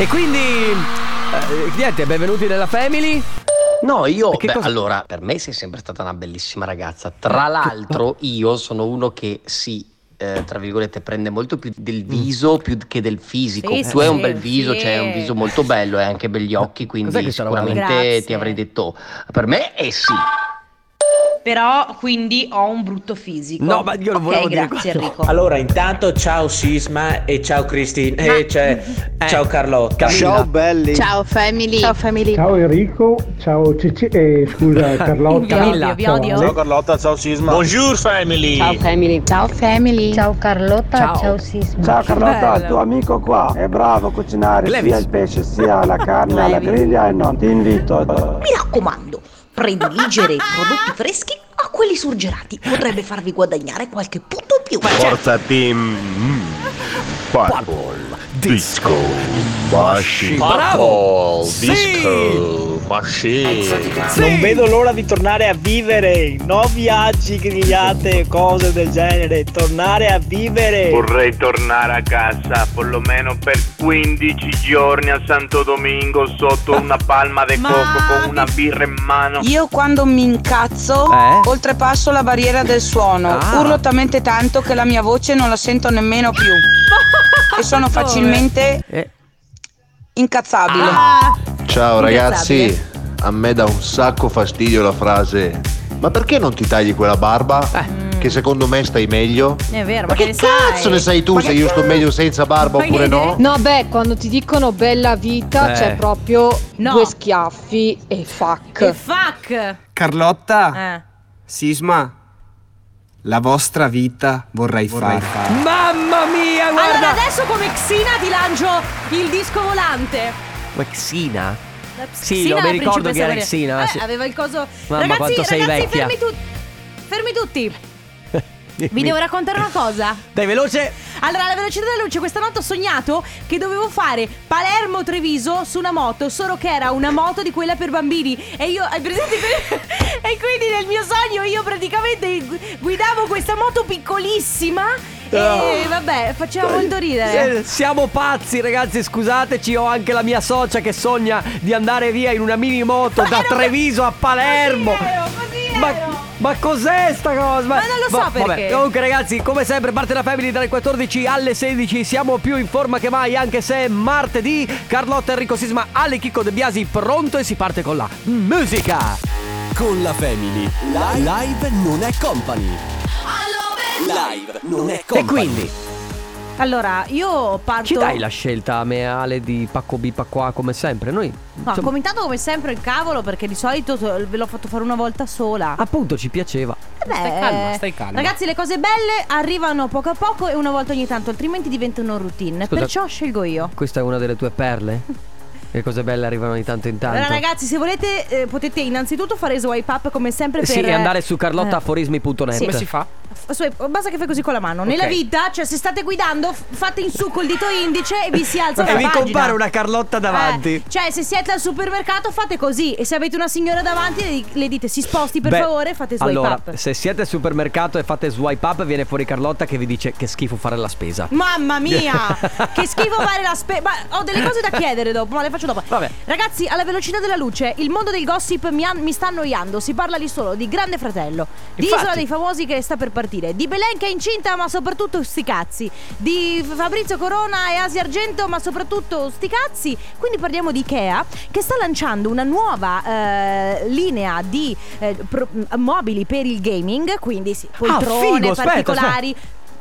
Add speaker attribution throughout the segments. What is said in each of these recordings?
Speaker 1: E quindi, eh, niente, benvenuti nella family.
Speaker 2: No, io,
Speaker 1: Che
Speaker 2: beh,
Speaker 1: cosa-
Speaker 2: allora, per me sei sempre stata una bellissima ragazza. Tra l'altro, io sono uno che si, eh, tra virgolette, prende molto più del viso più che del fisico.
Speaker 3: Sì,
Speaker 2: tu
Speaker 3: sì,
Speaker 2: hai un bel viso,
Speaker 3: sì.
Speaker 2: cioè hai un viso molto bello e anche begli occhi,
Speaker 1: Cos'è che
Speaker 2: quindi
Speaker 1: sta lavorando?
Speaker 2: sicuramente ti
Speaker 3: Grazie.
Speaker 2: avrei detto, "Oh". per me è sì.
Speaker 4: Però quindi ho un brutto fisico.
Speaker 1: No, ma io non
Speaker 4: Ok,
Speaker 1: volevo dire
Speaker 4: grazie
Speaker 1: quello.
Speaker 4: Enrico.
Speaker 5: Allora, intanto ciao Sisma e ciao Cristina
Speaker 6: Eh,
Speaker 1: eh,
Speaker 5: e cioè, ciao Carlotta.
Speaker 1: Camilla.
Speaker 6: belli.
Speaker 7: Ciao family. Ciao family.
Speaker 8: Ciao Enrico, ciao Cici, eh, scusa Carlotta.
Speaker 1: Vi odio,
Speaker 3: vi odio.
Speaker 8: Ale.
Speaker 6: Carlotta, ciao Sisma.
Speaker 5: Bonjour family.
Speaker 7: family. Ciao family.
Speaker 9: Ciao Carlotta,
Speaker 1: Ciao.
Speaker 9: ciao, Sisma.
Speaker 10: Ciao Carlotta,
Speaker 3: Bello.
Speaker 10: il tuo amico qua è bravo a cucinare
Speaker 1: Levis.
Speaker 10: sia il pesce sia la carne alla griglia e non ti invito.
Speaker 4: Mi raccomando, prediligere i prodotti freschi a quelli surgelati. Potrebbe farvi guadagnare qualche punto in più. Cioè,
Speaker 11: Forza Team Purple Disco Machine
Speaker 1: Bravo!
Speaker 11: Purple
Speaker 1: Sì!
Speaker 11: Disco Machine
Speaker 1: Sì.
Speaker 6: Non vedo l'ora di tornare a vivere, no viaggi, grigliate, cose del genere, tornare a vivere.
Speaker 11: Vorrei tornare a casa perlomeno per 15 giorni a Santo Domingo sotto una palma di
Speaker 3: Ma-
Speaker 11: cocco con una birra in mano.
Speaker 4: Io quando mi incazzo
Speaker 1: Eh?
Speaker 4: oltrepasso la barriera del suono,
Speaker 1: Ah.
Speaker 4: urlo talmente tanto che la mia voce non la sento nemmeno più
Speaker 9: Ah,
Speaker 4: e sono facilmente
Speaker 1: Eh.
Speaker 4: incazzabile.
Speaker 9: Ah.
Speaker 11: Ah,
Speaker 3: Ciao ragazzi.
Speaker 11: A me dà un sacco fastidio la frase Ma perché non ti tagli quella barba?
Speaker 12: Ah.
Speaker 11: eh,
Speaker 4: Mm.
Speaker 11: Che secondo me stai meglio?
Speaker 3: È vero, ma,
Speaker 11: Ma che
Speaker 3: ne
Speaker 11: cazzo
Speaker 3: sai?
Speaker 11: ne sai tu se io sto meglio senza barba
Speaker 3: Ma che-
Speaker 11: oppure no?
Speaker 9: No, beh, quando ti dicono bella vita
Speaker 1: Eh.
Speaker 9: c'è proprio
Speaker 3: No.
Speaker 9: due schiaffi e fuck.
Speaker 4: Eh,
Speaker 3: Che fuck!
Speaker 5: Carlotta,
Speaker 3: Eh.
Speaker 5: Sisma, la vostra vita vorrei, farla.
Speaker 1: Mamma mia,
Speaker 3: Allora
Speaker 1: guarda!
Speaker 3: adesso come Xina ti lancio il disco volante.
Speaker 1: Ma Xina?
Speaker 3: La
Speaker 1: Sì,
Speaker 3: Xina
Speaker 1: no, mi
Speaker 3: la
Speaker 1: ricordo
Speaker 3: principessa
Speaker 1: che era
Speaker 3: Maria.
Speaker 1: Xina,
Speaker 3: Eh,
Speaker 1: sì.
Speaker 3: aveva il coso.
Speaker 1: Mamma,
Speaker 3: ragazzi,
Speaker 1: quanto sei
Speaker 3: ragazzi,
Speaker 1: vecchia.
Speaker 3: fermi tutti. Fermi tutti. Vi devo raccontare una cosa.
Speaker 1: Dai, veloce!
Speaker 3: Allora, alla velocità della luce, questa notte ho sognato che dovevo fare Palermo-Treviso su una moto, solo che era una moto di quella per bambini. E io, hai presente? e quindi nel mio sogno io praticamente gu- guidavo questa moto piccolissima. E vabbè, faceva molto ridere.
Speaker 1: Eh, Siamo pazzi, ragazzi, scusateci. Ho anche la mia socia che sogna di andare via in una mini moto da Treviso a Palermo.
Speaker 3: Così ero, così
Speaker 1: Ma,
Speaker 3: ero.
Speaker 1: ma cos'è sta cosa?
Speaker 3: Ma non lo so perché.
Speaker 1: Comunque ragazzi, come sempre parte la Family dalle 14 alle 16, siamo più in forma che mai anche se è martedì. Carlotta Enrico Sisma, Ale Chicco De Biasi pronto e si parte con la musica.
Speaker 13: Con la Family. Live, non è company. Live non è company.
Speaker 1: E quindi,
Speaker 3: Allora, io parto.
Speaker 1: ci dai la scelta a me Ale di Pacco B Pacco A come sempre? Noi
Speaker 3: No,
Speaker 1: insomma,
Speaker 3: commentato come sempre il cavolo, perché di solito to- ve l'ho fatto fare una volta sola.
Speaker 1: appunto ci piaceva.
Speaker 3: Eh beh, Ragazzi, le cose belle arrivano poco a poco e una volta ogni tanto, altrimenti diventano routine.
Speaker 1: Scusa.
Speaker 3: Perciò scelgo io.
Speaker 1: Questa è una delle tue perle? Le cose belle arrivano di tanto in tanto.
Speaker 3: Allora, ragazzi, se volete, eh, potete innanzitutto fare swipe up come sempre per.
Speaker 1: sì, e
Speaker 3: eh,
Speaker 1: andare su
Speaker 3: eh,
Speaker 1: carlottaaforismi.net.
Speaker 3: Sì. Come si
Speaker 1: fa?
Speaker 3: f- swipe- basta che fai così con la mano. Nella
Speaker 1: Ok.
Speaker 3: vita, cioè, se state guidando, f- fate in su col dito indice e vi si alza la
Speaker 1: E vi
Speaker 3: pagina.
Speaker 1: compare una Carlotta davanti.
Speaker 3: Eh, cioè, se siete al supermercato, fate così. E se avete una signora davanti, le, le dite si sposti per
Speaker 1: Beh,
Speaker 3: favore, fate swipe
Speaker 1: allora,
Speaker 3: up.
Speaker 1: se siete al supermercato e fate swipe up, viene fuori Carlotta che vi dice che schifo fare la spesa.
Speaker 3: Mamma mia! che schifo fare la spesa. Ma ho delle cose da chiedere dopo, ma le faccio dopo.
Speaker 1: Vabbè.
Speaker 3: Ragazzi, alla velocità della luce, il mondo del gossip mi, an- mi sta annoiando. Si parla lì solo di Grande Fratello, di
Speaker 1: Infatti.
Speaker 3: Isola dei Famosi che sta per partire, di Belen che è incinta, ma soprattutto sti cazzi, di F- Fabrizio Corona e Asi Argento, ma soprattutto sti cazzi. Quindi parliamo di Ikea che sta lanciando una nuova eh, linea di eh, pro- mobili per il gaming, quindi sì, poltrone
Speaker 1: Ah, figo, aspetta,
Speaker 3: particolari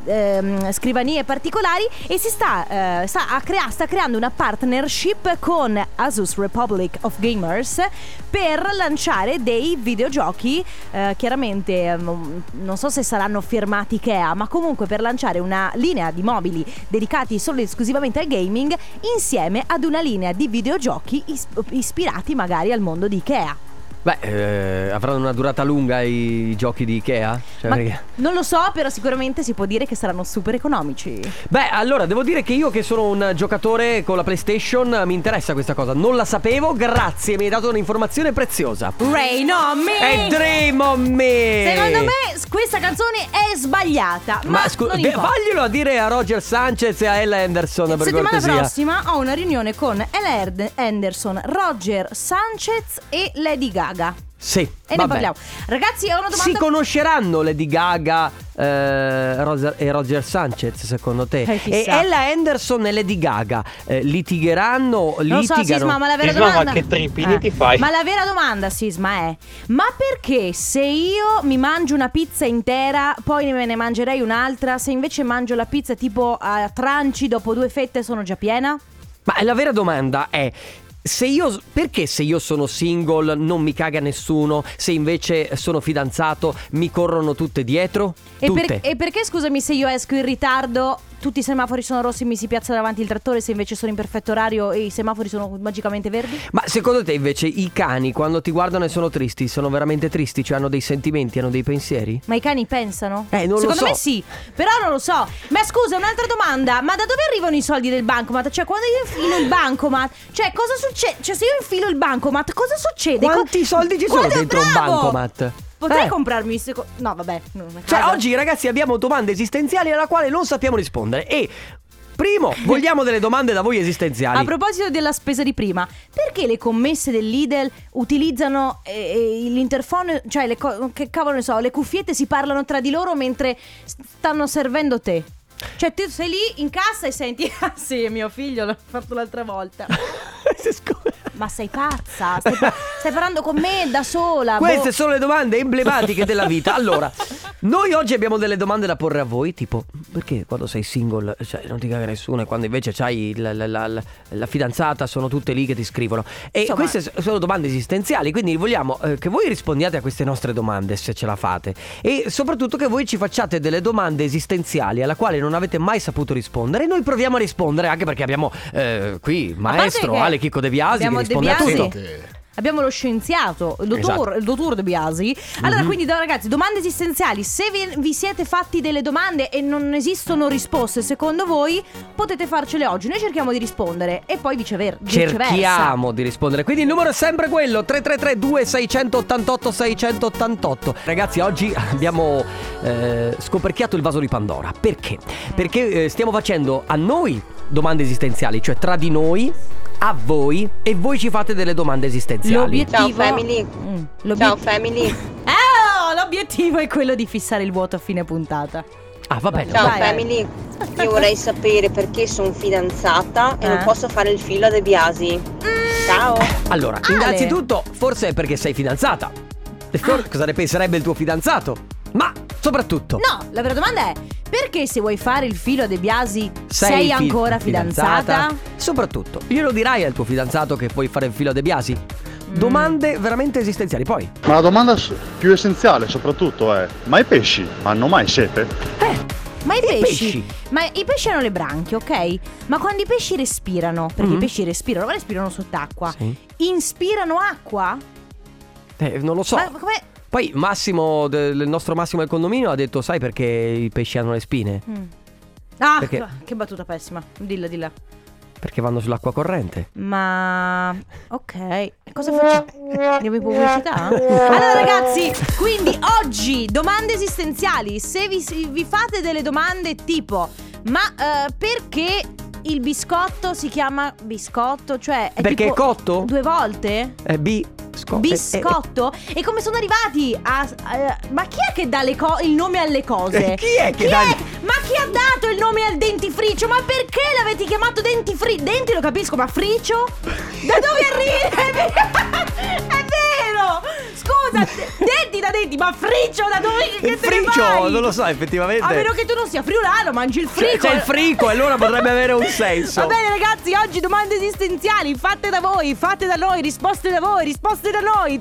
Speaker 3: ehm, scrivanie particolari e si sta, eh, sta, a crea- sta creando una partnership con Asus Republic of Gamers per lanciare dei videogiochi eh, chiaramente ehm, non so se saranno firmati Ikea ma comunque per lanciare una linea di mobili dedicati solo e esclusivamente al gaming insieme ad una linea di videogiochi is- ispirati magari al mondo di Ikea
Speaker 1: Beh, eh, avranno una durata lunga i giochi di Ikea? Cioè, perché-
Speaker 3: Non lo so, però sicuramente si può dire che saranno super economici.
Speaker 1: Beh, allora, devo dire che io che sono un giocatore con la PlayStation eh, mi interessa questa cosa. Non la sapevo, grazie, mi hai dato un'informazione preziosa.
Speaker 3: Rain on me!
Speaker 1: E Dream on me!
Speaker 3: Secondo me s- questa canzone è sbagliagliata. Ma,
Speaker 1: Ma scusa,
Speaker 3: non importa.
Speaker 1: vaglielo a dire a Roger Sanchez e a Ella Anderson per
Speaker 3: Settimana
Speaker 1: cortesia.
Speaker 3: prossima ho una riunione con Ella Anderson, Roger Sanchez e Lady Gaga.
Speaker 1: Sì,
Speaker 3: E ne
Speaker 1: vabbè.
Speaker 3: parliamo. Ragazzi, ho una domanda.
Speaker 1: Si conosceranno Lady Gaga eh, Rosa- e Roger Sanchez secondo te?
Speaker 3: Eh,
Speaker 1: e
Speaker 3: chissà.
Speaker 1: Ella Anderson e Lady Gaga eh, litigheranno?
Speaker 3: Non lo so,
Speaker 1: litigano?
Speaker 3: Sisma, ma la vera
Speaker 1: Sisma, ma
Speaker 3: domanda. Eh.
Speaker 1: che trippini ti fai?
Speaker 3: Ma la vera domanda, Sisma, è: ma perché se io mi mangio una pizza intera, poi me ne mangerei un'altra? Se invece mangio la pizza tipo a tranci, dopo due fette sono già piena?
Speaker 1: Ma la vera domanda è. Se io, perché se io sono single non mi caga nessuno, se invece sono fidanzato mi corrono tutte dietro?
Speaker 3: E,
Speaker 1: tutte.
Speaker 3: per- e perché, scusami, se io esco in ritardo, tutti i semafori sono rossi e mi si piazza davanti il trattore, se invece sono in perfetto orario e i semafori sono magicamente verdi?
Speaker 1: Ma secondo te invece i cani quando ti guardano e sono tristi sono veramente tristi? Cioè hanno dei sentimenti, hanno dei pensieri?
Speaker 3: Ma i cani pensano?
Speaker 1: Eh, non lo
Speaker 3: Secondo
Speaker 1: so.
Speaker 3: me sì, però non lo so. Ma scusa, un'altra domanda: ma da dove arrivano i soldi del bancomat? Cioè, quando io infilo il bancomat, cioè, cosa succede? Cioè, se io infilo il bancomat, cosa succede?
Speaker 1: Quanti
Speaker 3: Co-
Speaker 1: soldi ci sono
Speaker 3: Guarda,
Speaker 1: dentro un
Speaker 3: bravo!
Speaker 1: bancomat?
Speaker 3: Potrei
Speaker 1: Eh.
Speaker 3: comprarmi il secondo. No, vabbè. non è
Speaker 1: Cioè,
Speaker 3: casa.
Speaker 1: oggi ragazzi abbiamo domande esistenziali alla quale non sappiamo rispondere. E primo, vogliamo delle domande da voi esistenziali.
Speaker 3: A proposito della spesa di prima, perché le commesse del Lidl utilizzano eh, eh, l'interfono, cioè le co- che cavolo ne so, le cuffiette si parlano tra di loro mentre s- stanno servendo te? Cioè, tu sei lì in cassa e senti, ah sì, mio figlio l'ha fatto l'altra volta. Ma sei pazza? Stai, pa- stai parlando con me da sola?
Speaker 1: Queste
Speaker 3: boh.
Speaker 1: sono le domande emblematiche della vita. Allora, noi oggi abbiamo delle domande da porre a voi, tipo perché quando sei single cioè, non ti caga nessuno e quando invece hai la, la- la- la- la fidanzata sono tutte lì che ti scrivono. E
Speaker 3: Insomma-
Speaker 1: queste so- sono domande esistenziali, quindi vogliamo eh, che voi rispondiate a queste nostre domande se ce la fate e soprattutto che voi ci facciate delle domande esistenziali alla quale non avete mai saputo rispondere e noi proviamo a rispondere anche perché abbiamo eh, qui
Speaker 3: A parte
Speaker 1: maestro
Speaker 3: che
Speaker 1: Ale Chicco De Biasi che
Speaker 3: abbiamo
Speaker 1: risponde
Speaker 3: De
Speaker 1: a
Speaker 3: Biasi.
Speaker 1: tutto.
Speaker 3: Abbiamo lo scienziato, il dottor,
Speaker 1: Esatto.
Speaker 3: il dottor De Biasi. Allora,
Speaker 1: Mhm.
Speaker 3: quindi, do- ragazzi, domande esistenziali. Se vi, vi siete fatti delle domande e non esistono risposte, secondo voi, potete farcele oggi. Noi cerchiamo di rispondere e poi vicever- viceversa.
Speaker 1: Cerchiamo di rispondere. Quindi il numero è sempre quello: 3332 688 688. Ragazzi, oggi abbiamo eh, scoperchiato il vaso di Pandora. Perché? Perché eh, stiamo facendo a noi domande esistenziali, cioè tra di noi, a voi, e voi ci fate delle domande esistenziali.
Speaker 3: L'obiettivo.
Speaker 7: Ciao, family.
Speaker 3: Mm, l'obiet-
Speaker 7: Ciao family.
Speaker 3: Ah, l'obiettivo è quello di fissare il vuoto a fine puntata.
Speaker 1: Ah, va bene.
Speaker 7: Ciao
Speaker 1: va bene.
Speaker 7: family. Io vorrei sapere perché sono fidanzata e
Speaker 3: Eh?
Speaker 7: non posso fare il filo a De Biasi. Ciao.
Speaker 1: Allora,
Speaker 7: Ale.
Speaker 1: innanzitutto, forse è perché sei fidanzata. E for- Cosa ne penserebbe il tuo fidanzato? Ma soprattutto.
Speaker 3: Ah. No, la vera domanda è: perché se vuoi fare il filo a De Biasi, sei,
Speaker 1: fi-
Speaker 3: ancora
Speaker 1: Soprattutto, glielo dirai al tuo fidanzato che puoi fare il filo a De Biasi?
Speaker 3: Mm.
Speaker 1: Domande veramente esistenziali. Poi,
Speaker 14: Ma la domanda s- più essenziale soprattutto è, Cioè, ma i pesci hanno mai sete?
Speaker 3: Ma i pesci,
Speaker 14: pesci.
Speaker 3: Ma i pesci hanno le branchie, ok? Ma quando i pesci respirano, perché i pesci respirano, ma respirano sott'acqua, inspirano acqua?
Speaker 1: eh, non lo so.
Speaker 3: Ma come-
Speaker 1: Poi Massimo, del- il nostro Massimo del condominio, ha detto: Sai perché i pesci hanno le spine?
Speaker 3: Mm. Ah,
Speaker 1: Perché-
Speaker 3: che battuta pessima. Dilla, dilla.
Speaker 1: Perché vanno sull'acqua corrente.
Speaker 3: Ma ok, E cosa facciamo? Andiamo in pubblicità? Allora ragazzi, quindi oggi domande esistenziali. Se vi, vi fate delle domande tipo ma eh, perché il biscotto si chiama biscotto? Cioè è
Speaker 1: Perché
Speaker 3: tipo
Speaker 1: è cotto?
Speaker 3: Due volte?
Speaker 1: Eh, B. sco- eh,
Speaker 3: Biscotto? E come sono arrivati a... a- ma chi è che dà le co- il nome alle cose?
Speaker 1: Eh, chi è che dà il-
Speaker 3: Ma chi ha dato il nome al dentifricio? Ma perché l'avete chiamato dentifricio? Denti lo capisco, ma fricio? Da dove arriva? È vero! Scusa, denti denti da denti, ma friccio da dove? Che
Speaker 1: eh, Il
Speaker 3: te ne
Speaker 1: friccio,
Speaker 3: fai?
Speaker 1: non lo so, effettivamente.
Speaker 3: A meno che tu non sia friulano, mangi il
Speaker 1: Cioè,
Speaker 3: friccio.
Speaker 1: c'è il frico, e allora potrebbe avere un senso.
Speaker 3: Va bene ragazzi, oggi domande esistenziali fatte da voi, fatte da noi, risposte da voi, risposte da noi.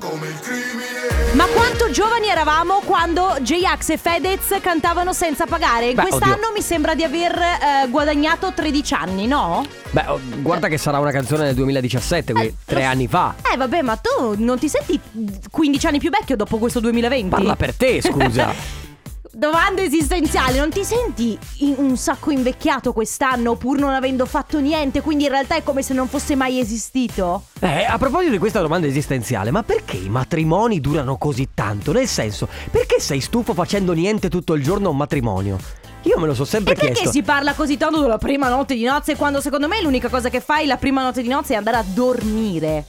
Speaker 3: Ma quanto giovani eravamo quando J-Ax e Fedez cantavano senza pagare?
Speaker 1: Beh,
Speaker 3: Quest'anno
Speaker 1: oddio.
Speaker 3: mi sembra di aver eh, guadagnato 13 anni, no?
Speaker 1: Beh, oh, guarda che sarà una canzone del 2017, quindi tre anni fa.
Speaker 3: Eh vabbè, ma tu non ti senti 15 anni più vecchio dopo questo 2020?
Speaker 1: Parla per te, scusa.
Speaker 3: Domanda esistenziale, non ti senti in- un sacco invecchiato quest'anno pur non avendo fatto niente, quindi in realtà è come se non fosse mai esistito?
Speaker 1: Eh, a proposito di questa domanda esistenziale, ma perché i matrimoni durano così tanto? Nel senso, perché sei stufo facendo niente tutto il giorno a un matrimonio? Io me lo so sempre
Speaker 3: E perché
Speaker 1: chiesto.
Speaker 3: si parla così tanto della prima notte di nozze quando secondo me l'unica cosa che fai la prima notte di nozze è andare a dormire?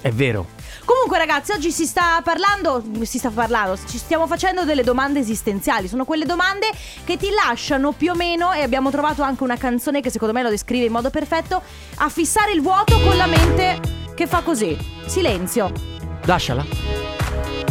Speaker 1: È vero.
Speaker 3: Comunque ragazzi, oggi si sta parlando, si sta parlando, ci stiamo facendo delle domande esistenziali, sono quelle domande che ti lasciano più o meno e abbiamo trovato anche una canzone che secondo me lo descrive in modo perfetto, a fissare il vuoto con la mente che fa così, silenzio.
Speaker 1: Lasciala.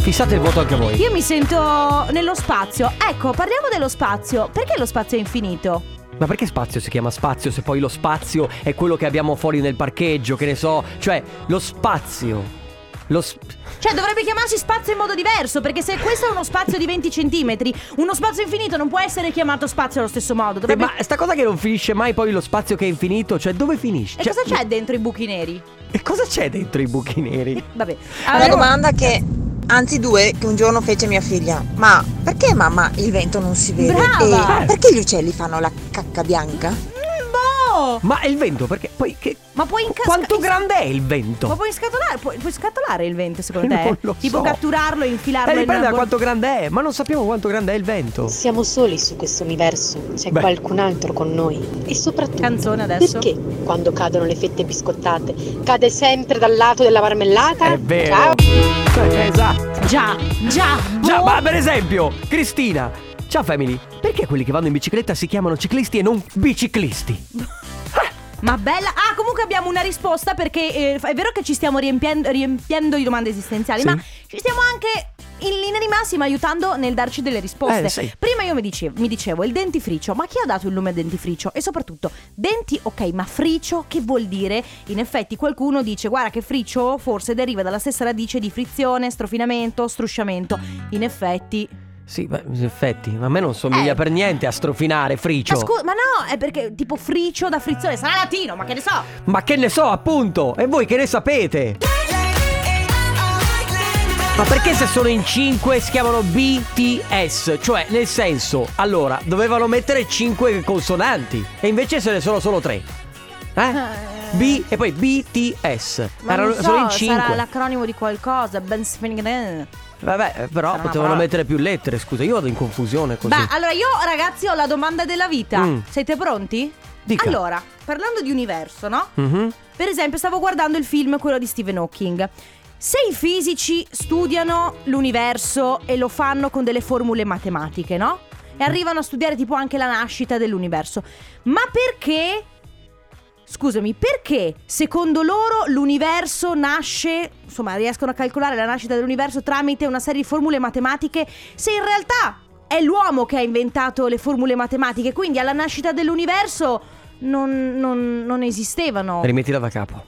Speaker 1: Fissate il voto anche voi.
Speaker 3: Io mi sento nello spazio, ecco parliamo dello spazio, perché lo spazio è infinito?
Speaker 1: Ma perché spazio si chiama spazio se poi lo spazio è quello che abbiamo fuori nel parcheggio, che ne so? Cioè, lo spazio. Lo sp-
Speaker 3: Cioè dovrebbe chiamarsi spazio in modo diverso Perché se questo è uno spazio di 20 centimetri Uno spazio infinito non può essere chiamato spazio allo stesso modo
Speaker 1: Eh,
Speaker 3: dovrebbe...
Speaker 1: ma sta cosa che non finisce mai poi lo spazio che è infinito, cioè dove finisce?
Speaker 3: E
Speaker 1: Cioè,
Speaker 3: cosa c'è dentro i buchi neri?
Speaker 1: E cosa c'è dentro i buchi neri?
Speaker 3: Vabbè
Speaker 15: Una
Speaker 3: Allora-
Speaker 15: domanda che, anzi due, che un giorno fece mia figlia. Ma perché mamma il vento non si vede?
Speaker 3: Brava!
Speaker 15: E perché gli uccelli fanno la cacca bianca?
Speaker 3: Boh!
Speaker 1: Ma il vento perché poi che
Speaker 3: Ma puoi incascare
Speaker 1: quanto grande è il vento? Eh,
Speaker 3: Ma puoi scatolare puoi, puoi scatolare il vento secondo te?
Speaker 1: Non lo
Speaker 3: tipo
Speaker 1: so.
Speaker 3: catturarlo e infilarlo
Speaker 1: Eh,
Speaker 3: in
Speaker 1: dipende da
Speaker 3: una-
Speaker 1: quanto grande è, ma non sappiamo quanto grande è il vento.
Speaker 16: Siamo soli su questo universo, c'è
Speaker 1: Beh.
Speaker 16: qualcun altro con noi. E soprattutto,
Speaker 3: adesso.
Speaker 16: perché quando cadono le fette biscottate cade sempre dal lato della marmellata?
Speaker 1: È vero.
Speaker 16: Ciao.
Speaker 1: Eh, esatto.
Speaker 3: Già, già
Speaker 1: Già,
Speaker 3: boh.
Speaker 1: ma per esempio, Cristina. Ciao family, perché quelli che vanno in bicicletta si chiamano ciclisti e non biciclisti?
Speaker 3: Ma bella Ah comunque abbiamo una risposta Perché eh, è vero che ci stiamo riempiendo, riempiendo di domande esistenziali
Speaker 1: Sì.
Speaker 3: Ma ci stiamo anche in linea di massima aiutando nel darci delle risposte
Speaker 1: Eh, sì.
Speaker 3: Prima io mi dicevo, mi dicevo il dentifricio Ma chi ha dato il nome al dentifricio? E soprattutto denti ok ma fricio che vuol dire? In effetti qualcuno dice guarda che fricio forse deriva dalla stessa radice di frizione, strofinamento, strusciamento In effetti
Speaker 1: Sì, ma in effetti, ma a me non somiglia per niente a strofinare, fricio.
Speaker 3: Eh. ma, scu- ma no è perché tipo fricio da frizione sarà latino ma che ne so
Speaker 1: Ma che ne so, appunto! E voi che ne sapete? Ma perché se sono in 5 si chiamano BTS? Cioè, nel senso, allora, dovevano mettere 5 consonanti e invece se ne sono solo 3. Eh? B e poi BTS.
Speaker 3: Ma
Speaker 1: Erano
Speaker 3: non so,
Speaker 1: solo in
Speaker 3: sarà
Speaker 1: 5.
Speaker 3: l'acronimo di qualcosa. Ben Spengren.
Speaker 1: Vabbè, eh, però
Speaker 3: Sarà una
Speaker 1: potevano
Speaker 3: parola.
Speaker 1: mettere più lettere, scusa, io vado in confusione così.
Speaker 3: Beh, allora io ragazzi ho la domanda della vita.
Speaker 1: Mm.
Speaker 3: Siete pronti?
Speaker 1: Dica.
Speaker 3: Allora, parlando di universo, no?
Speaker 1: Mhm.
Speaker 3: Per esempio, stavo guardando il film quello di Stephen Hawking. Se i fisici studiano l'universo e lo fanno con delle formule matematiche, no? E arrivano a studiare tipo anche la nascita dell'universo. Ma perché Scusami, perché secondo loro l'universo nasce, insomma riescono a calcolare la nascita dell'universo tramite una serie di formule matematiche, se in realtà è l'uomo che ha inventato le formule matematiche, quindi alla nascita dell'universo non, non- non esistevano.
Speaker 1: Rimettila da capo.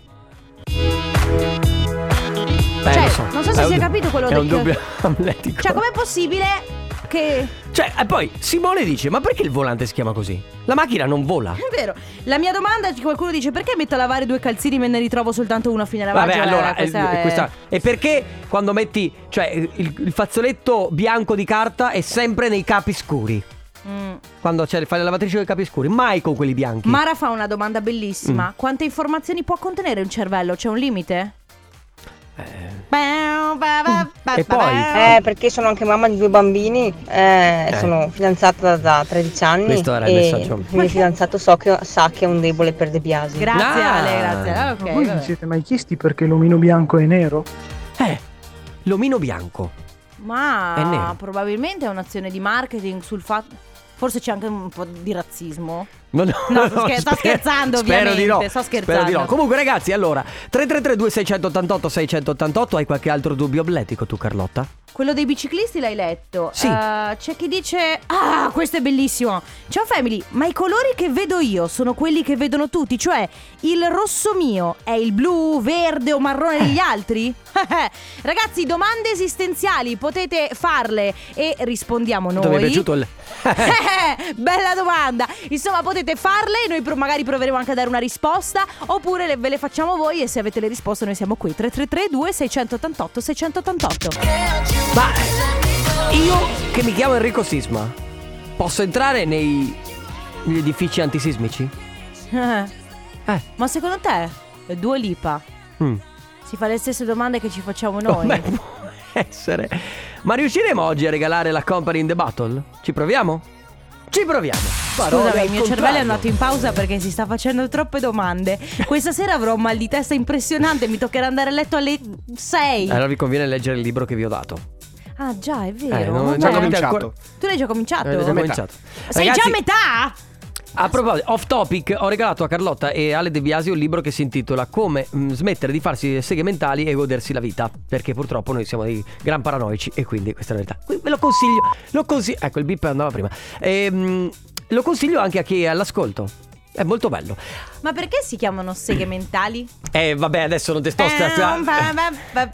Speaker 1: Beh,
Speaker 3: Cioè,
Speaker 1: Eh, lo so.
Speaker 3: non so se
Speaker 1: È
Speaker 3: si è
Speaker 1: un-
Speaker 3: capito quello
Speaker 1: È un
Speaker 3: del-
Speaker 1: dubbio amletico.
Speaker 3: Cioè, com'è possibile che...
Speaker 1: Cioè, e poi Simone dice: Ma perché il volante si chiama così? La macchina non vola.
Speaker 3: È vero, la mia domanda, qualcuno dice perché metto a lavare due calzini e me ne ritrovo soltanto uno a fine lavaggio?
Speaker 1: Vabbè,
Speaker 3: Eh,
Speaker 1: allora, eh,
Speaker 3: questa è-
Speaker 1: questa- e perché quando metti, cioè, il, il fazzoletto bianco di carta è sempre nei capi scuri?
Speaker 3: Mm.
Speaker 1: Quando c'è, fai la lavatrice con i capi scuri, mai con quelli bianchi.
Speaker 3: Mara fa una domanda bellissima.
Speaker 1: Mm.
Speaker 3: Quante informazioni può contenere un cervello? C'è un limite?
Speaker 1: Eh. Mm. E poi?
Speaker 7: Eh, perché sono anche mamma di due bambini, eh,
Speaker 1: Eh.
Speaker 7: sono fidanzata da 13 anni.
Speaker 1: Questo era il
Speaker 7: e
Speaker 1: messaggio.
Speaker 7: Il mio fidanzato so che, sa che è un debole per De Biasi.
Speaker 3: Grazie
Speaker 1: Ah.
Speaker 3: Ale, grazie. Ah, ok,
Speaker 8: Ma voi vi
Speaker 3: vabbè.
Speaker 8: siete mai chiesti perché l'omino bianco è nero?
Speaker 1: Eh, l'omino bianco. È
Speaker 3: Ma
Speaker 1: nero.
Speaker 3: probabilmente è un'azione di marketing sul fatto... Forse c'è anche un po' di razzismo.
Speaker 1: No, no,
Speaker 3: No, sto scher- sto scherzando,
Speaker 1: spero di no.
Speaker 3: ovviamente, sto scherzando.
Speaker 1: Spero di no. Comunque, ragazzi, allora 3332 688 688 hai qualche altro dubbio abletico tu, Carlotta?
Speaker 3: Quello dei biciclisti l'hai letto.
Speaker 1: Sì.
Speaker 3: Eh, c'è chi dice: Ah, questo è bellissimo. Ciao family, ma i colori che vedo io sono quelli che vedono tutti, cioè il rosso mio è il blu, verde o marrone degli altri? Ragazzi, domande esistenziali, potete farle e rispondiamo noi.
Speaker 1: Tanto Mi è piaciuto il
Speaker 3: Eh, Bella domanda! Insomma, potete farle, noi pro- magari proveremo anche a dare una risposta, oppure le- ve le facciamo voi e se avete le risposte noi siamo qui. 3332 688 688.
Speaker 1: Ma eh, io che mi chiamo Enrico Sisma posso entrare nei negli edifici antisismici? Eh.
Speaker 3: Ma secondo te, Dua Lipa
Speaker 1: Mm.
Speaker 3: si fa le stesse domande che ci
Speaker 1: Oh,
Speaker 3: facciamo noi?
Speaker 1: Beh, può essere. Ma riusciremo oggi a regalare la Company in the Battle? Ci proviamo? Ci proviamo. Parole
Speaker 3: Scusami,
Speaker 1: al
Speaker 3: il mio
Speaker 1: contrario.
Speaker 3: cervello è andato in pausa perché si sta facendo troppe domande. Questa sera avrò un mal di testa impressionante, mi toccherà andare a letto alle 6.
Speaker 1: Allora vi conviene leggere il libro che vi ho dato.
Speaker 3: Ah già, è vero.
Speaker 1: Eh, non-
Speaker 3: vabbè.
Speaker 1: non avete ancora-
Speaker 3: Tu l'hai già cominciato?
Speaker 1: Avete Eh, già cominciato.
Speaker 3: Sei
Speaker 1: Ragazzi,
Speaker 3: già a metà?
Speaker 1: A proposito, off topic, ho regalato a Carlotta e Ale De Biasi un libro che si intitola Come mm, smettere di farsi le seghe mentali e godersi la vita. Perché purtroppo noi siamo dei gran paranoici e quindi questa è la verità. Qui ve lo consiglio. Lo consiglio. Ecco, il bip andava prima. Ehm, lo consiglio anche a chi è all'ascolto. È molto bello.
Speaker 3: Ma perché si chiamano seghe mentali?
Speaker 1: Eh, vabbè, adesso non te sto scherzando.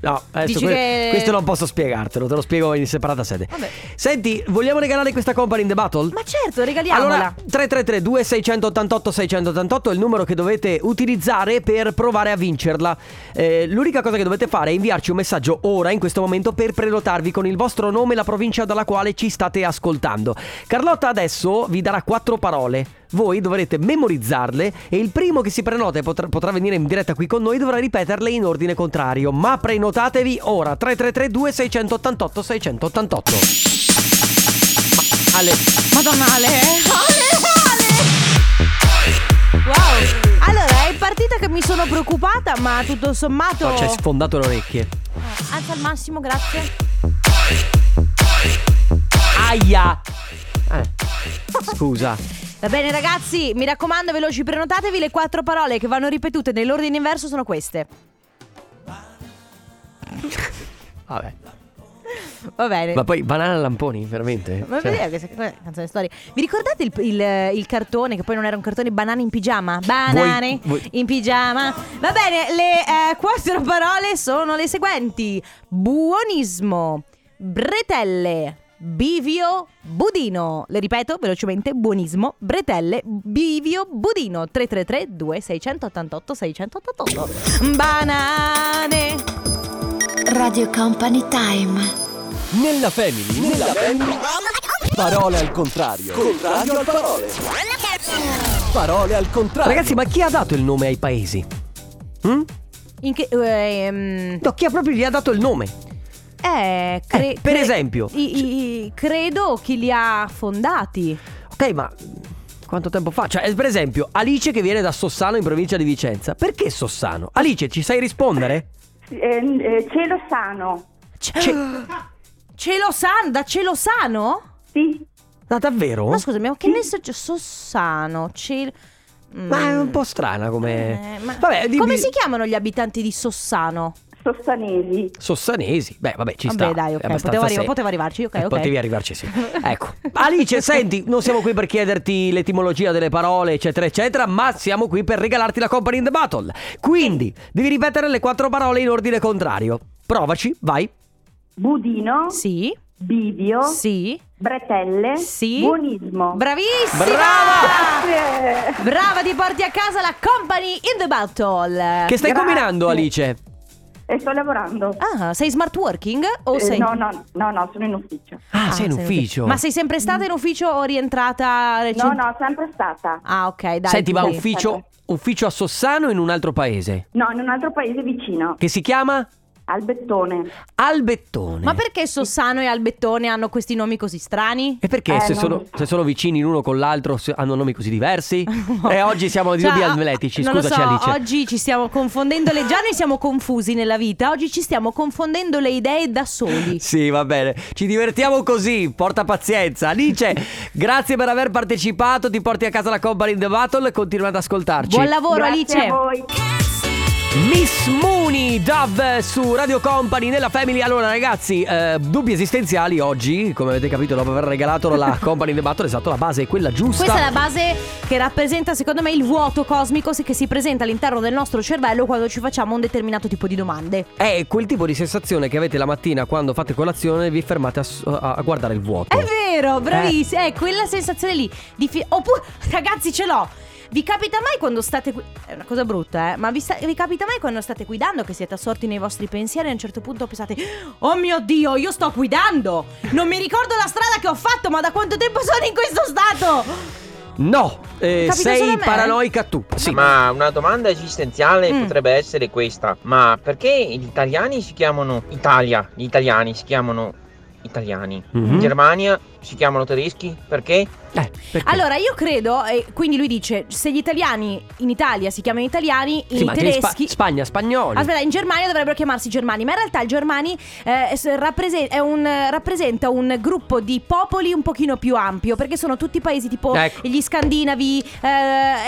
Speaker 1: No, adesso
Speaker 3: Dici
Speaker 1: que-
Speaker 3: che-
Speaker 1: questo non posso spiegartelo, te lo spiego in separata sede.
Speaker 3: Vabbè.
Speaker 1: Senti, vogliamo regalare questa company in the battle?
Speaker 3: Ma certo, regaliamola.
Speaker 1: Allora, 333 2688 688 è il numero che dovete utilizzare per provare a vincerla. Eh, l'unica cosa che dovete fare è inviarci un messaggio ora, in questo momento, per prenotarvi con il vostro nome e la provincia dalla quale ci state ascoltando. Carlotta adesso vi darà quattro parole. Voi dovrete memorizzarle e il primo che si prenota e potrà, potrà venire in diretta qui con noi dovrà ripeterle in ordine contrario. Ma prenotatevi ora 333 2688 688. Ale.
Speaker 3: Madonna Ale. eh? Ale, Ale. Wow. Allora, è partita che mi sono preoccupata, ma tutto sommato... Eh,
Speaker 1: No, ci hai sfondato le orecchie.
Speaker 3: Alza al massimo, grazie.
Speaker 1: Aia! Eh, scusa.
Speaker 3: Va bene ragazzi, mi raccomando, veloci, prenotatevi. Le quattro parole che vanno ripetute nell'ordine inverso sono queste.
Speaker 1: Vabbè.
Speaker 3: Va bene.
Speaker 1: Ma poi banana lamponi, veramente?
Speaker 3: Eh. Ma
Speaker 1: Cioè,
Speaker 3: vediamo che che canzone storia. Vi ricordate il, il- il cartone che poi non era un cartone banane in pigiama? Banane
Speaker 1: Voi- voi-
Speaker 3: in pigiama. Va bene, le eh, quattro parole sono le seguenti: buonismo, bretelle, bivio, budino. Le ripeto velocemente: buonismo, bretelle, bivio, budino. 333 2688 688. Banane.
Speaker 17: Radio Company Time.
Speaker 13: Nella family, nella family. Parole al contrario. Contrario al parole. Parole al contrario.
Speaker 1: Ragazzi, ma chi ha dato il nome ai paesi? Mm?
Speaker 3: In che, ehm,
Speaker 1: No, chi ha proprio gli ha dato il nome?
Speaker 3: eh, cre-
Speaker 1: Eh, per
Speaker 3: cre-
Speaker 1: esempio.
Speaker 3: i- i- credo chi li ha fondati.
Speaker 1: Ok, ma quanto tempo fa? Cioè, per esempio, Alice che viene da Sossano in provincia di Vicenza. Perché Sossano? Alice, ci sai rispondere?
Speaker 12: cielo sano.
Speaker 3: Cielo sano, da cielo sano?
Speaker 12: Sì.
Speaker 1: Ma davvero?
Speaker 3: Ma scusami, ma che ne so, Sossano, cielo... Mm,
Speaker 1: Ma è un po' strana come...
Speaker 3: eh, ma-
Speaker 1: Vabbè, dimmi-
Speaker 3: Come si chiamano gli abitanti di Sossano?
Speaker 12: Sossanesi.
Speaker 1: Sossanesi. Beh, vabbè, ci
Speaker 3: Vabbè,
Speaker 1: sta.
Speaker 3: dai, ok,
Speaker 1: È abbastanza
Speaker 3: potevo arri-
Speaker 1: se- eh,
Speaker 3: potevo arrivarci, ok, ok.
Speaker 1: Potevi arrivarci, sì. ecco. Alice, senti, non siamo qui per chiederti l'etimologia delle parole, eccetera, eccetera, ma siamo qui per regalarti la Company in the Battle. Quindi, devi ripetere le quattro parole in ordine contrario. Provaci, vai.
Speaker 3: Eh,
Speaker 12: Budino.
Speaker 3: Sì.
Speaker 12: Bivio.
Speaker 3: Sì.
Speaker 12: Bretelle.
Speaker 3: Sì.
Speaker 12: Buonismo.
Speaker 3: Bravissima!
Speaker 12: Brava!
Speaker 3: Brava, ti porti a casa la Company in the Battle!
Speaker 1: Che stai combinando, Alice?
Speaker 12: E sto lavorando.
Speaker 3: Ah, sei smart working o
Speaker 12: Eh,
Speaker 3: sei...
Speaker 12: no, no, no, no, sono in ufficio.
Speaker 1: Ah, sei in ufficio.
Speaker 3: Ma sei sempre stata in ufficio o rientrata
Speaker 12: No,
Speaker 3: recentemente?
Speaker 12: no, sempre stata.
Speaker 3: Ah, ok, dai. certo.
Speaker 1: Senti, ma
Speaker 3: quindi-
Speaker 1: ufficio, ufficio a Sossano in un altro paese,
Speaker 12: No, in un altro paese vicino.
Speaker 1: che si chiama?
Speaker 12: Albettone.
Speaker 1: Albettone.
Speaker 3: Ma perché Sossano e Albettone hanno questi nomi così strani?
Speaker 1: E perché
Speaker 3: Eh,
Speaker 1: se,
Speaker 3: non-
Speaker 1: sono, se sono vicini l'uno con l'altro se- hanno nomi così diversi? E Eh, oggi siamo di
Speaker 3: Cioè,
Speaker 1: dubbi
Speaker 3: ah,
Speaker 1: atletici,
Speaker 3: non lo
Speaker 1: scusaci
Speaker 3: so,
Speaker 1: Alice.
Speaker 3: Oggi ci stiamo confondendo le già noi siamo confusi nella vita, oggi ci stiamo confondendo le idee da soli.
Speaker 1: Sì, va bene. Ci divertiamo così, porta pazienza. Alice, grazie per aver partecipato, ti porti a casa la Company in the Battle, continua ad ascoltarci.
Speaker 3: Buon lavoro
Speaker 12: Grazie
Speaker 3: Alice.
Speaker 12: a voi.
Speaker 1: Miss Mooney Dove su Radio Company nella Family. Allora, ragazzi, eh, dubbi esistenziali oggi, come avete capito, dopo aver regalato la Company in the Battle, esatto, la base è quella giusta.
Speaker 3: Questa è la base che rappresenta secondo me il vuoto cosmico se- che si presenta all'interno del nostro cervello quando ci facciamo un determinato tipo di domande.
Speaker 1: È quel tipo di sensazione che avete la mattina quando fate colazione e vi fermate a, s- a- a guardare il vuoto.
Speaker 3: È
Speaker 1: Eh.
Speaker 3: vero, bravissima, è quella sensazione lì. Di fi- Oppure, ragazzi, ce l'ho. Vi capita mai quando state... gui- È una cosa brutta, eh? Ma vi, sta- vi capita mai quando state guidando che siete assorti nei vostri pensieri e a un certo punto pensate... Oh mio Dio, io sto guidando! Non mi ricordo la strada che ho fatto, ma da quanto tempo sono in questo stato?
Speaker 1: No, eh,
Speaker 3: Capita solo a
Speaker 1: sei
Speaker 3: me?
Speaker 1: paranoica tu. Sì.
Speaker 18: Ma una domanda esistenziale
Speaker 3: Mm.
Speaker 18: potrebbe essere questa: ma perché gli italiani si chiamano Italia? Gli italiani si chiamano italiani.
Speaker 1: Mhm.
Speaker 18: In Germania si chiamano tedeschi? Perché?
Speaker 1: Eh, perché?
Speaker 3: Allora, io credo... E quindi lui dice, se gli italiani in Italia si chiamano italiani,
Speaker 1: Sì,
Speaker 3: i
Speaker 1: ma anche in Spa-
Speaker 3: tedeschi...
Speaker 1: Spagna, spagnoli.
Speaker 3: Aspetta, in Germania dovrebbero chiamarsi germani, ma in realtà il germani eh, s- rapprese- è un- rappresenta un gruppo di popoli un pochino più ampio, perché sono tutti paesi tipo
Speaker 1: Ecco.
Speaker 3: gli scandinavi. eh,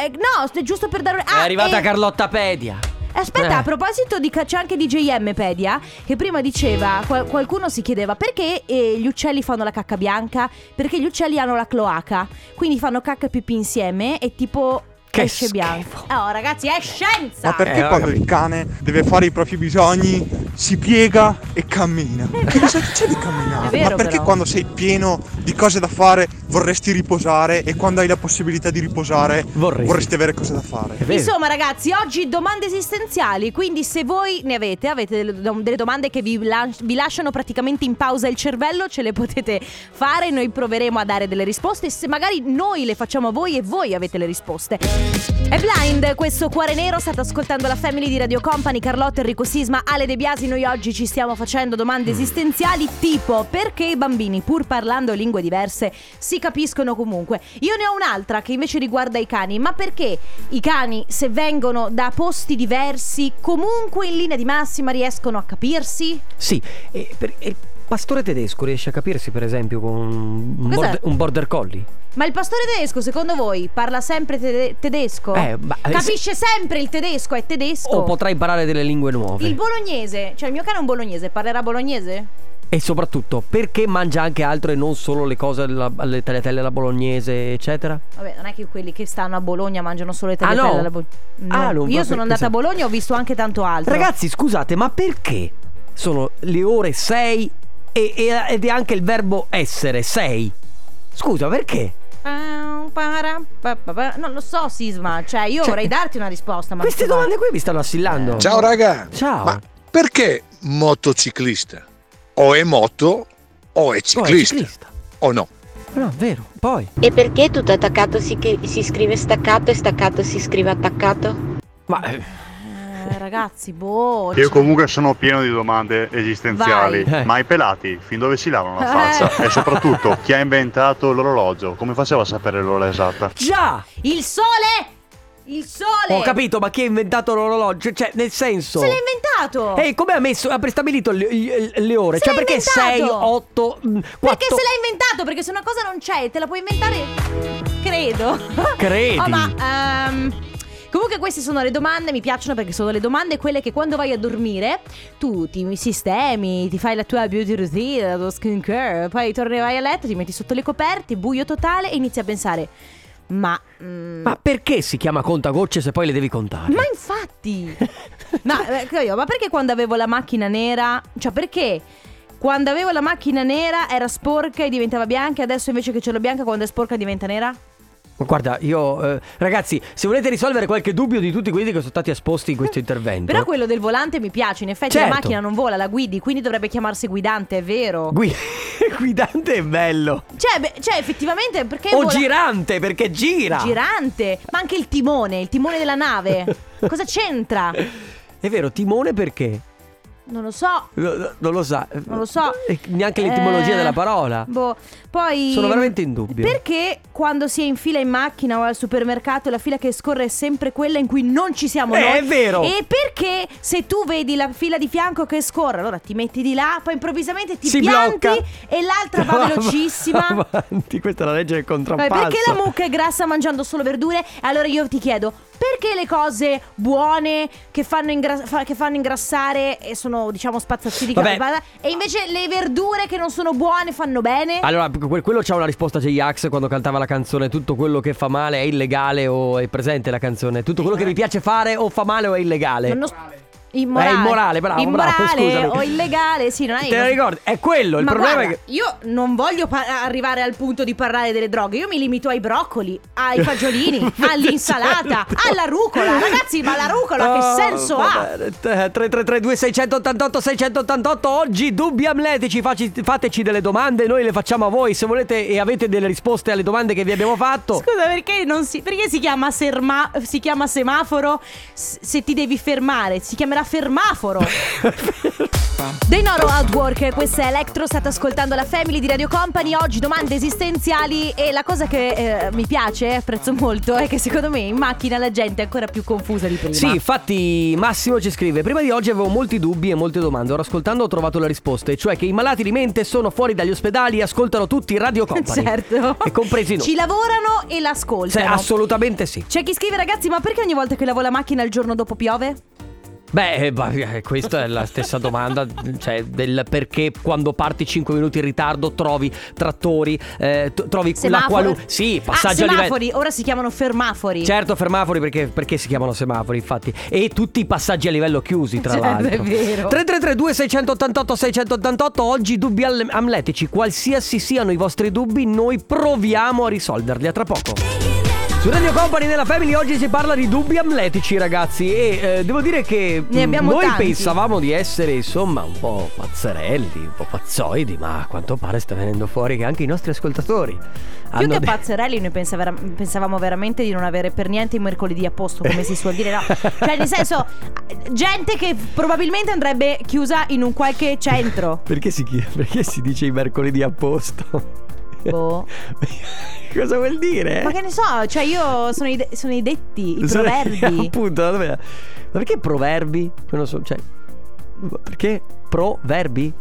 Speaker 3: eh, no, st- giusto per dare...
Speaker 1: è arrivata
Speaker 3: ah, e-
Speaker 1: Carlotta Pedia.
Speaker 3: Aspetta,
Speaker 1: Eh.
Speaker 3: a proposito di ca- c'è anche DJM Pedia che prima diceva, qual- qualcuno si chiedeva perché eh, gli uccelli fanno la cacca bianca, perché gli uccelli hanno la cloaca, quindi fanno cacca e pipì insieme e tipo
Speaker 1: Che
Speaker 3: esce bianco. Oh ragazzi, è scienza!
Speaker 1: Eh, quando
Speaker 19: il cane deve fare i propri bisogni si piega e cammina? Che Eh, cosa c'è di camminare?
Speaker 3: È vero,
Speaker 19: Ma perché
Speaker 3: però.
Speaker 19: quando sei pieno di cose da fare vorresti riposare e quando hai la possibilità di riposare vorresti, avere cose da fare?
Speaker 3: Insomma ragazzi, oggi domande esistenziali, quindi se voi ne avete, avete delle dom- delle domande che vi, lan- vi lasciano praticamente in pausa il cervello, ce le potete fare, noi proveremo a dare delle risposte, se magari noi le facciamo a voi e voi avete le risposte. È Blind, questo cuore nero, state ascoltando la Family di Radio Company, Carlotta, Enrico Sisma, Ale De Biasi, noi oggi ci stiamo facendo domande esistenziali tipo perché i bambini pur parlando lingue diverse si capiscono comunque. Io ne ho un'altra che invece riguarda i cani, ma perché i cani se vengono da posti diversi comunque in linea di massima riescono a capirsi?
Speaker 1: Sì, e per- e il pastore tedesco riesce a capirsi, per esempio, con un,
Speaker 3: Cos'è?
Speaker 1: border, un border collie.
Speaker 3: Ma il pastore tedesco secondo voi parla sempre tede- tedesco?
Speaker 1: Eh, Oh, ma-
Speaker 3: Capisce sempre Oh. il tedesco, è tedesco?
Speaker 1: O potrà imparare delle lingue nuove.
Speaker 3: Il bolognese, cioè il mio cane è un bolognese, parlerà bolognese?
Speaker 1: E soprattutto, perché mangia anche altro e non solo le cose, alla- le tagliatelle alla bolognese, eccetera?
Speaker 3: Vabbè, non è che quelli che stanno a Bologna mangiano solo le tagliatelle
Speaker 1: Ah, no?
Speaker 3: alla Bologna.
Speaker 1: Ah, non
Speaker 3: Io
Speaker 1: proprio-
Speaker 3: sono andata a
Speaker 1: pensavo-
Speaker 3: Bologna e ho visto anche tanto altro.
Speaker 1: Ragazzi, scusate, ma perché sono le ore 6 e- e- ed è anche il verbo essere 6? Scusa, perché?
Speaker 3: Ah, para, pa, pa, pa. Non lo so, Sisma. Cioè, io
Speaker 1: Cioè,
Speaker 3: vorrei darti una risposta, ma.
Speaker 1: Queste
Speaker 3: non so.
Speaker 1: domande qui mi stanno assillando.
Speaker 20: Eh. Ciao raga!
Speaker 1: Ciao!
Speaker 20: Ma perché motociclista? O è moto o è ciclista? O no?
Speaker 1: No, vero. Poi.
Speaker 21: E perché tutto attaccato si, chi- si scrive staccato e staccato si scrive attaccato?
Speaker 1: Ma
Speaker 3: Eh, ragazzi, boh.
Speaker 14: Io comunque sono pieno di domande esistenziali,
Speaker 3: Vai. Eh.
Speaker 14: ma i pelati fin dove si lavano la
Speaker 3: Eh.
Speaker 14: faccia? E soprattutto chi ha inventato l'orologio? Come faceva a sapere l'ora esatta?
Speaker 1: Già!
Speaker 3: Il sole! Il sole!
Speaker 1: Ho capito, ma chi ha inventato l'orologio? Cioè, nel senso.
Speaker 3: Se l'ha inventato!
Speaker 1: E come ha messo? Ha prestabilito le, le- le ore?
Speaker 3: Se
Speaker 1: cioè,
Speaker 3: l'ha
Speaker 1: perché mm, 6,
Speaker 3: inventato!
Speaker 1: 8, 4.
Speaker 3: Perché se l'ha inventato? Perché se una cosa non c'è, te la puoi inventare. Credo.
Speaker 1: Credi?
Speaker 3: Oh, ma. ehm, Comunque queste sono le domande, mi piacciono perché sono le domande quelle che quando vai a dormire tu ti sistemi, ti fai la tua beauty routine, la tua skin care, poi tornerai a letto, ti metti sotto le coperte, buio totale e inizi a pensare ma... mm,
Speaker 1: Ma perché si chiama contagocce se poi le devi contare?
Speaker 3: ma infatti, ma, eh, io, ma perché quando avevo la macchina nera? Cioè, perché quando avevo la macchina nera era sporca e diventava bianca, e adesso invece che ce l'ho bianca, quando è sporca diventa nera?
Speaker 1: Guarda, io. eh, ragazzi, se volete risolvere qualche dubbio di tutti quelli che sono stati esposti in questo intervento.
Speaker 3: Però quello del volante mi piace, in effetti
Speaker 1: Boh. Certo.
Speaker 3: la macchina non vola, la guidi, quindi dovrebbe chiamarsi guidante, è vero?
Speaker 1: Gui- guidante è bello.
Speaker 3: cioè, beh, cioè, effettivamente, perché.
Speaker 1: o
Speaker 3: vola-
Speaker 1: girante, perché gira.
Speaker 3: Girante, ma anche il timone, il timone della nave. Cosa c'entra?
Speaker 1: È vero, timone perché?
Speaker 3: Non lo so,
Speaker 1: No, Non lo sa.
Speaker 3: non lo so.
Speaker 1: E neanche l'etimologia
Speaker 3: Eh,
Speaker 1: della parola.
Speaker 3: Boh, poi.
Speaker 1: Sono veramente in dubbio.
Speaker 3: Perché quando si è in fila in macchina o al supermercato la fila che scorre è sempre quella in cui non ci siamo
Speaker 1: Eh,
Speaker 3: noi?
Speaker 1: è vero.
Speaker 3: E perché se tu vedi la fila di fianco che scorre, allora ti metti di là, poi improvvisamente ti
Speaker 1: Si
Speaker 3: pianti
Speaker 1: blocca.
Speaker 3: e l'altra va velocissima.
Speaker 1: Avanti, questa è la legge del
Speaker 3: Vabbè,
Speaker 1: contrappasso.
Speaker 3: perché la mucca è grassa mangiando solo verdure? Allora io ti chiedo, perché le cose buone che fanno, ingra- fa- che fanno ingrassare e sono, diciamo, spazzazzilica
Speaker 1: Vabbè.
Speaker 3: e invece le verdure che non sono buone fanno bene?
Speaker 1: Allora, que- quello c'ha una risposta J-Ax quando cantava la canzone Tutto quello che fa male è illegale o è presente la canzone Tutto quello che vi piace fare o fa male o è illegale
Speaker 3: Non lo- Immorale.
Speaker 1: Eh, immorale, bravo, bravo,
Speaker 3: Immorale
Speaker 1: scusami.
Speaker 3: o illegale, sì, non hai
Speaker 1: Te la ricordi? È quello, il
Speaker 3: Ma
Speaker 1: problema
Speaker 3: guarda,
Speaker 1: è che...
Speaker 3: io non voglio pa- arrivare al punto di parlare delle droghe. Io mi limito ai broccoli, ai fagiolini, all'insalata, alla rucola. Ragazzi, ma la rucola che
Speaker 1: Oh,
Speaker 3: senso ha?
Speaker 1: 3332 688 688 Oggi dubbi amletici, faci- fateci delle domande, noi le facciamo a voi se volete e avete delle risposte alle domande che vi abbiamo fatto.
Speaker 3: Scusa, perché non si. Perché si chiama, serma- si chiama semaforo s- se ti devi fermare? Si chiamerà fermaforo. Dei Noro Outwork, questa è Electro, state ascoltando la Family di Radio Company, oggi domande esistenziali e la cosa che eh, mi piace, apprezzo molto, è che secondo me in macchina la gente è ancora più confusa di prima.
Speaker 1: Sì, infatti Massimo ci scrive Prima di oggi avevo molti dubbi e molte domande Ora ascoltando ho trovato la risposta E cioè che i malati di mente sono fuori dagli ospedali E ascoltano tutti Radio Company
Speaker 3: Certo.
Speaker 1: E compresi noi
Speaker 3: Ci lavorano e
Speaker 1: Cioè,
Speaker 3: l'ascoltano.
Speaker 1: Assolutamente sì
Speaker 3: C'è chi scrive ragazzi, ma perché ogni volta che lavo la macchina il giorno dopo piove?
Speaker 1: Beh, eh, bah, eh, questa è la stessa domanda Cioè del perché quando parti 5 minuti in ritardo Trovi trattori eh, t- Trovi
Speaker 3: Semafori.
Speaker 1: la qualunque Sì,
Speaker 3: Ah,
Speaker 1: passaggio a livello
Speaker 3: semafori, ora si chiamano fermafori.
Speaker 1: Certo, fermafori perché, perché si chiamano semafori, infatti. E tutti i passaggi a livello chiusi, tra
Speaker 3: Certo,
Speaker 1: l'altro.
Speaker 3: è vero.
Speaker 1: 3332 688 688 oggi dubbi al- amletici. Qualsiasi siano i vostri dubbi, noi proviamo a risolverli. A tra poco. Su Radio Company nella Family oggi si parla di dubbi amletici, ragazzi. E eh, devo dire che
Speaker 3: Ne
Speaker 1: mh,
Speaker 3: abbiamo
Speaker 1: noi
Speaker 3: tanti.
Speaker 1: pensavamo di essere, insomma, un po' pazzerelli, un po' pazzoidi, ma a quanto pare sta venendo fuori che anche i nostri ascoltatori
Speaker 3: Più
Speaker 1: hanno
Speaker 3: che
Speaker 1: dei-
Speaker 3: pazzerelli, noi pensa- vera- pensavamo veramente di non avere per niente i mercoledì a posto, come si suol dire, no? Cioè, nel senso, gente che probabilmente andrebbe chiusa in un qualche centro.
Speaker 1: Perché si, chi- perché si dice i mercoledì a posto?
Speaker 3: Boh.
Speaker 1: Cosa vuol dire?
Speaker 3: Ma che ne so, cioè io sono i, de- sono i detti, i
Speaker 1: Sono-
Speaker 3: proverbi.
Speaker 1: Appunto, dov'è? ma perché proverbi? Non lo so, cioè, perché proverbi?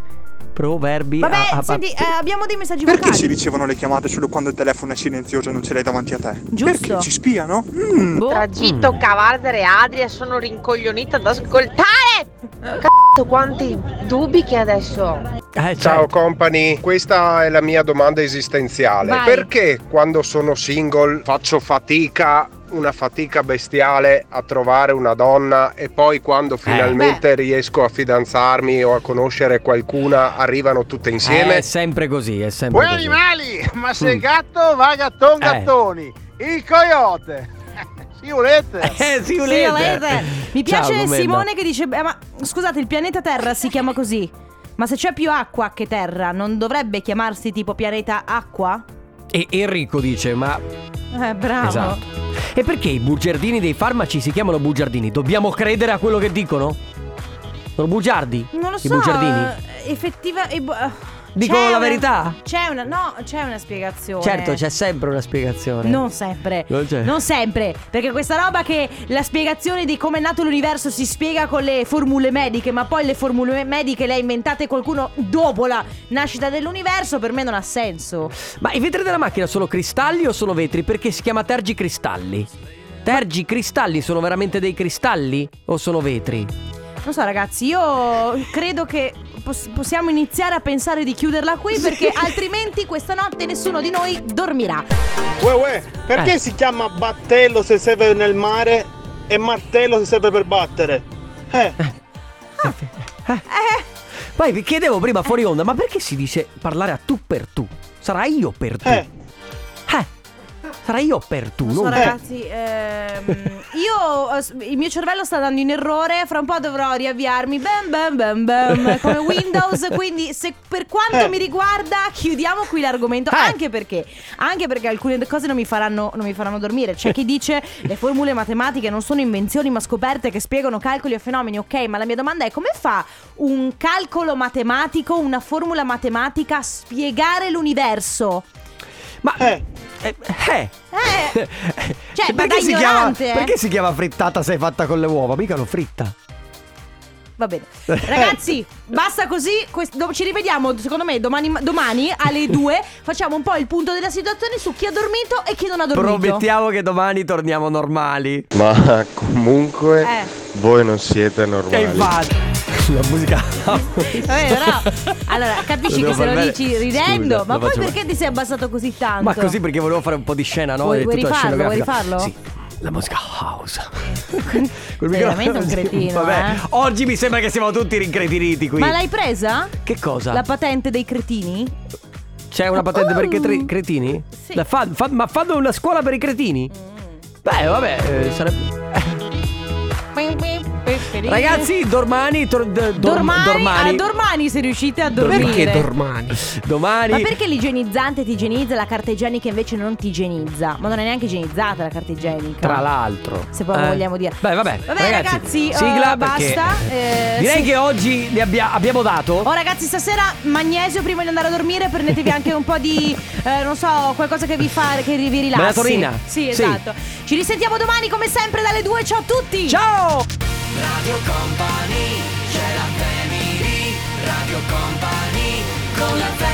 Speaker 1: Proverbi?
Speaker 3: Vabbè,
Speaker 1: a- a-
Speaker 3: senti, eh, abbiamo dei messaggi
Speaker 19: Ah, Perché
Speaker 3: vocali.
Speaker 19: si ricevono le chiamate solo quando il telefono è silenzioso e non ce l'hai davanti a te?
Speaker 3: Giusto.
Speaker 19: Perché ci spiano? Mm.
Speaker 1: Boh.
Speaker 9: Tragitto, Cavaldere e Adria sono rincoglionita ad ascoltare.
Speaker 1: Eh.
Speaker 9: Cazzo, quanti dubbi che adesso.
Speaker 1: Eh, certo.
Speaker 2: Ciao
Speaker 10: Certo.
Speaker 2: company, questa è la mia domanda esistenziale.
Speaker 9: Vai.
Speaker 2: Perché quando sono single faccio fatica, una fatica bestiale a trovare una donna e poi
Speaker 1: Eh,
Speaker 2: quando finalmente riesco a fidanzarmi o a conoscere qualcuna arrivano tutte insieme?
Speaker 1: eh, È sempre così, è sempre
Speaker 22: Voi
Speaker 1: così.
Speaker 22: animali, ma se
Speaker 1: Mm.
Speaker 22: gatto va gatton
Speaker 1: Eh.
Speaker 22: gattoni, il coyote, si volete?
Speaker 1: Eh, si
Speaker 3: Sì, volete. Mi piace
Speaker 1: Ciao, Gomenda.
Speaker 3: Simone che dice: "Eh, Ma scusate, il pianeta Terra si chiama così. Ma se c'è più acqua che Terra, non dovrebbe chiamarsi tipo pianeta acqua?
Speaker 1: E Enrico dice, ma...
Speaker 3: Eh, bravo.
Speaker 1: Esatto. E perché i bugiardini dei farmaci si chiamano bugiardini? Dobbiamo credere a quello che dicono? Sono bugiardi?
Speaker 3: Non lo
Speaker 1: I
Speaker 3: so.
Speaker 1: bugiardini?
Speaker 3: eh, Effettiva. e bu- eh,
Speaker 1: Dicono
Speaker 3: c'è
Speaker 1: la
Speaker 3: una-
Speaker 1: verità?
Speaker 3: C'è una. No, c'è una spiegazione.
Speaker 1: Certo, c'è sempre una spiegazione.
Speaker 3: Non sempre.
Speaker 1: Non c'è.
Speaker 3: Non sempre. Perché questa roba che la spiegazione di come è nato l'universo si spiega con le formule mediche, ma poi le formule mediche le ha inventate qualcuno dopo la nascita dell'universo, per me non ha senso.
Speaker 1: Ma i vetri della macchina sono cristalli o sono vetri? Perché si chiama tergicristalli. Tergicristalli sono veramente dei cristalli o sono vetri?
Speaker 3: Non so ragazzi, io credo che poss- possiamo iniziare a pensare di chiuderla qui perché altrimenti questa notte nessuno di noi dormirà.
Speaker 6: Uè, uè, perché
Speaker 1: Eh.
Speaker 6: si chiama battello se serve nel mare
Speaker 14: Eh,
Speaker 6: e martello se serve per battere? Eh,
Speaker 1: Ah.
Speaker 3: Eh.
Speaker 1: Poi vi chiedevo prima fuori onda, ma perché si dice parlare a tu per tu? Sarà io per tu? Eh. Sarà io per tu,
Speaker 3: Non so,
Speaker 1: non te.
Speaker 3: ragazzi, ehm, io eh, s- il mio cervello sta dando in errore, fra un po' dovrò riavviarmi bam bam bam bam come Windows, quindi se per quanto mi riguarda chiudiamo qui l'argomento, anche perché anche perché alcune de- cose non mi faranno non mi faranno dormire. C'è chi dice le formule matematiche non sono invenzioni, ma scoperte che spiegano calcoli o fenomeni. Ok, ma la mia domanda è come fa un calcolo matematico, una formula matematica a spiegare l'universo?
Speaker 1: Ma Eh, eh.
Speaker 3: eh cioè,
Speaker 1: E
Speaker 3: ma da
Speaker 1: perché, si chiama,
Speaker 3: ignorante, eh.
Speaker 1: perché si chiama frittata se è fatta con le uova? Mica l'ho fritta.
Speaker 3: Va bene. Ragazzi, basta così. quest- do- ci rivediamo, secondo me, domani, domani alle 2. Facciamo un po' il punto della situazione su chi ha dormito e chi non ha dormito.
Speaker 1: Promettiamo che domani torniamo normali.
Speaker 4: Ma comunque
Speaker 3: Eh.
Speaker 4: voi non siete
Speaker 1: E
Speaker 4: normali.
Speaker 1: infatti. La musica.
Speaker 3: Vabbè, però. Allora, capisci
Speaker 1: Lo devo
Speaker 3: che se lo
Speaker 1: far
Speaker 3: dici
Speaker 1: bene.
Speaker 3: ridendo,
Speaker 1: Scusa,
Speaker 3: ma
Speaker 1: lo
Speaker 3: poi
Speaker 1: faccio
Speaker 3: perché ti sei abbassato così tanto?
Speaker 1: Ma così perché volevo fare un po' di scena, no?
Speaker 3: Vuoi-
Speaker 1: E
Speaker 3: vuoi
Speaker 1: tutta
Speaker 3: rifarlo? Vuoi
Speaker 1: scenografica.
Speaker 3: rifarlo?
Speaker 1: Sì. La musica house. Col
Speaker 3: Sei
Speaker 1: microfono-
Speaker 3: veramente un cretino,
Speaker 1: Vabbè,
Speaker 3: eh.
Speaker 1: oggi mi sembra che siamo tutti rincretiniti qui.
Speaker 3: Ma l'hai presa?
Speaker 1: Che cosa?
Speaker 3: La patente dei cretini?
Speaker 1: C'è una patente per i cretri-
Speaker 3: Oh.
Speaker 1: cretini?
Speaker 3: Sì. Mm.
Speaker 1: La fa- fa- ma fanno una scuola per i cretini? Beh, vabbè, eh, sarebbe. Ragazzi, domani. Tor- d- dorm-
Speaker 3: Dormani, ah,
Speaker 1: dormani.
Speaker 3: a dormani se riuscite a dormire.
Speaker 1: dormani? Domani.
Speaker 3: Ma perché l'igienizzante ti igienizza e la carta igienica invece non ti igienizza? Ma non è neanche igienizzata la carta igienica.
Speaker 1: Tra l'altro. Eh.
Speaker 3: Se poi vogliamo dire.
Speaker 1: Beh, vabbè.
Speaker 3: Va bene, ragazzi,
Speaker 1: sigla
Speaker 3: eh,
Speaker 1: perché-
Speaker 3: basta, eh,
Speaker 1: Direi
Speaker 3: sì.
Speaker 1: che oggi li abbia- abbiamo dato.
Speaker 3: Oh ragazzi stasera magnesio prima di andare a dormire prendetevi anche un po' di eh, non so qualcosa che vi fa che vi rilassi.
Speaker 1: Melatonina.
Speaker 3: Sì,
Speaker 1: Sì.
Speaker 3: esatto. Ci risentiamo domani come sempre dalle 2. Ciao a tutti.
Speaker 1: Ciao!
Speaker 13: Radio Company, c'è la family, Radio Company, con la family.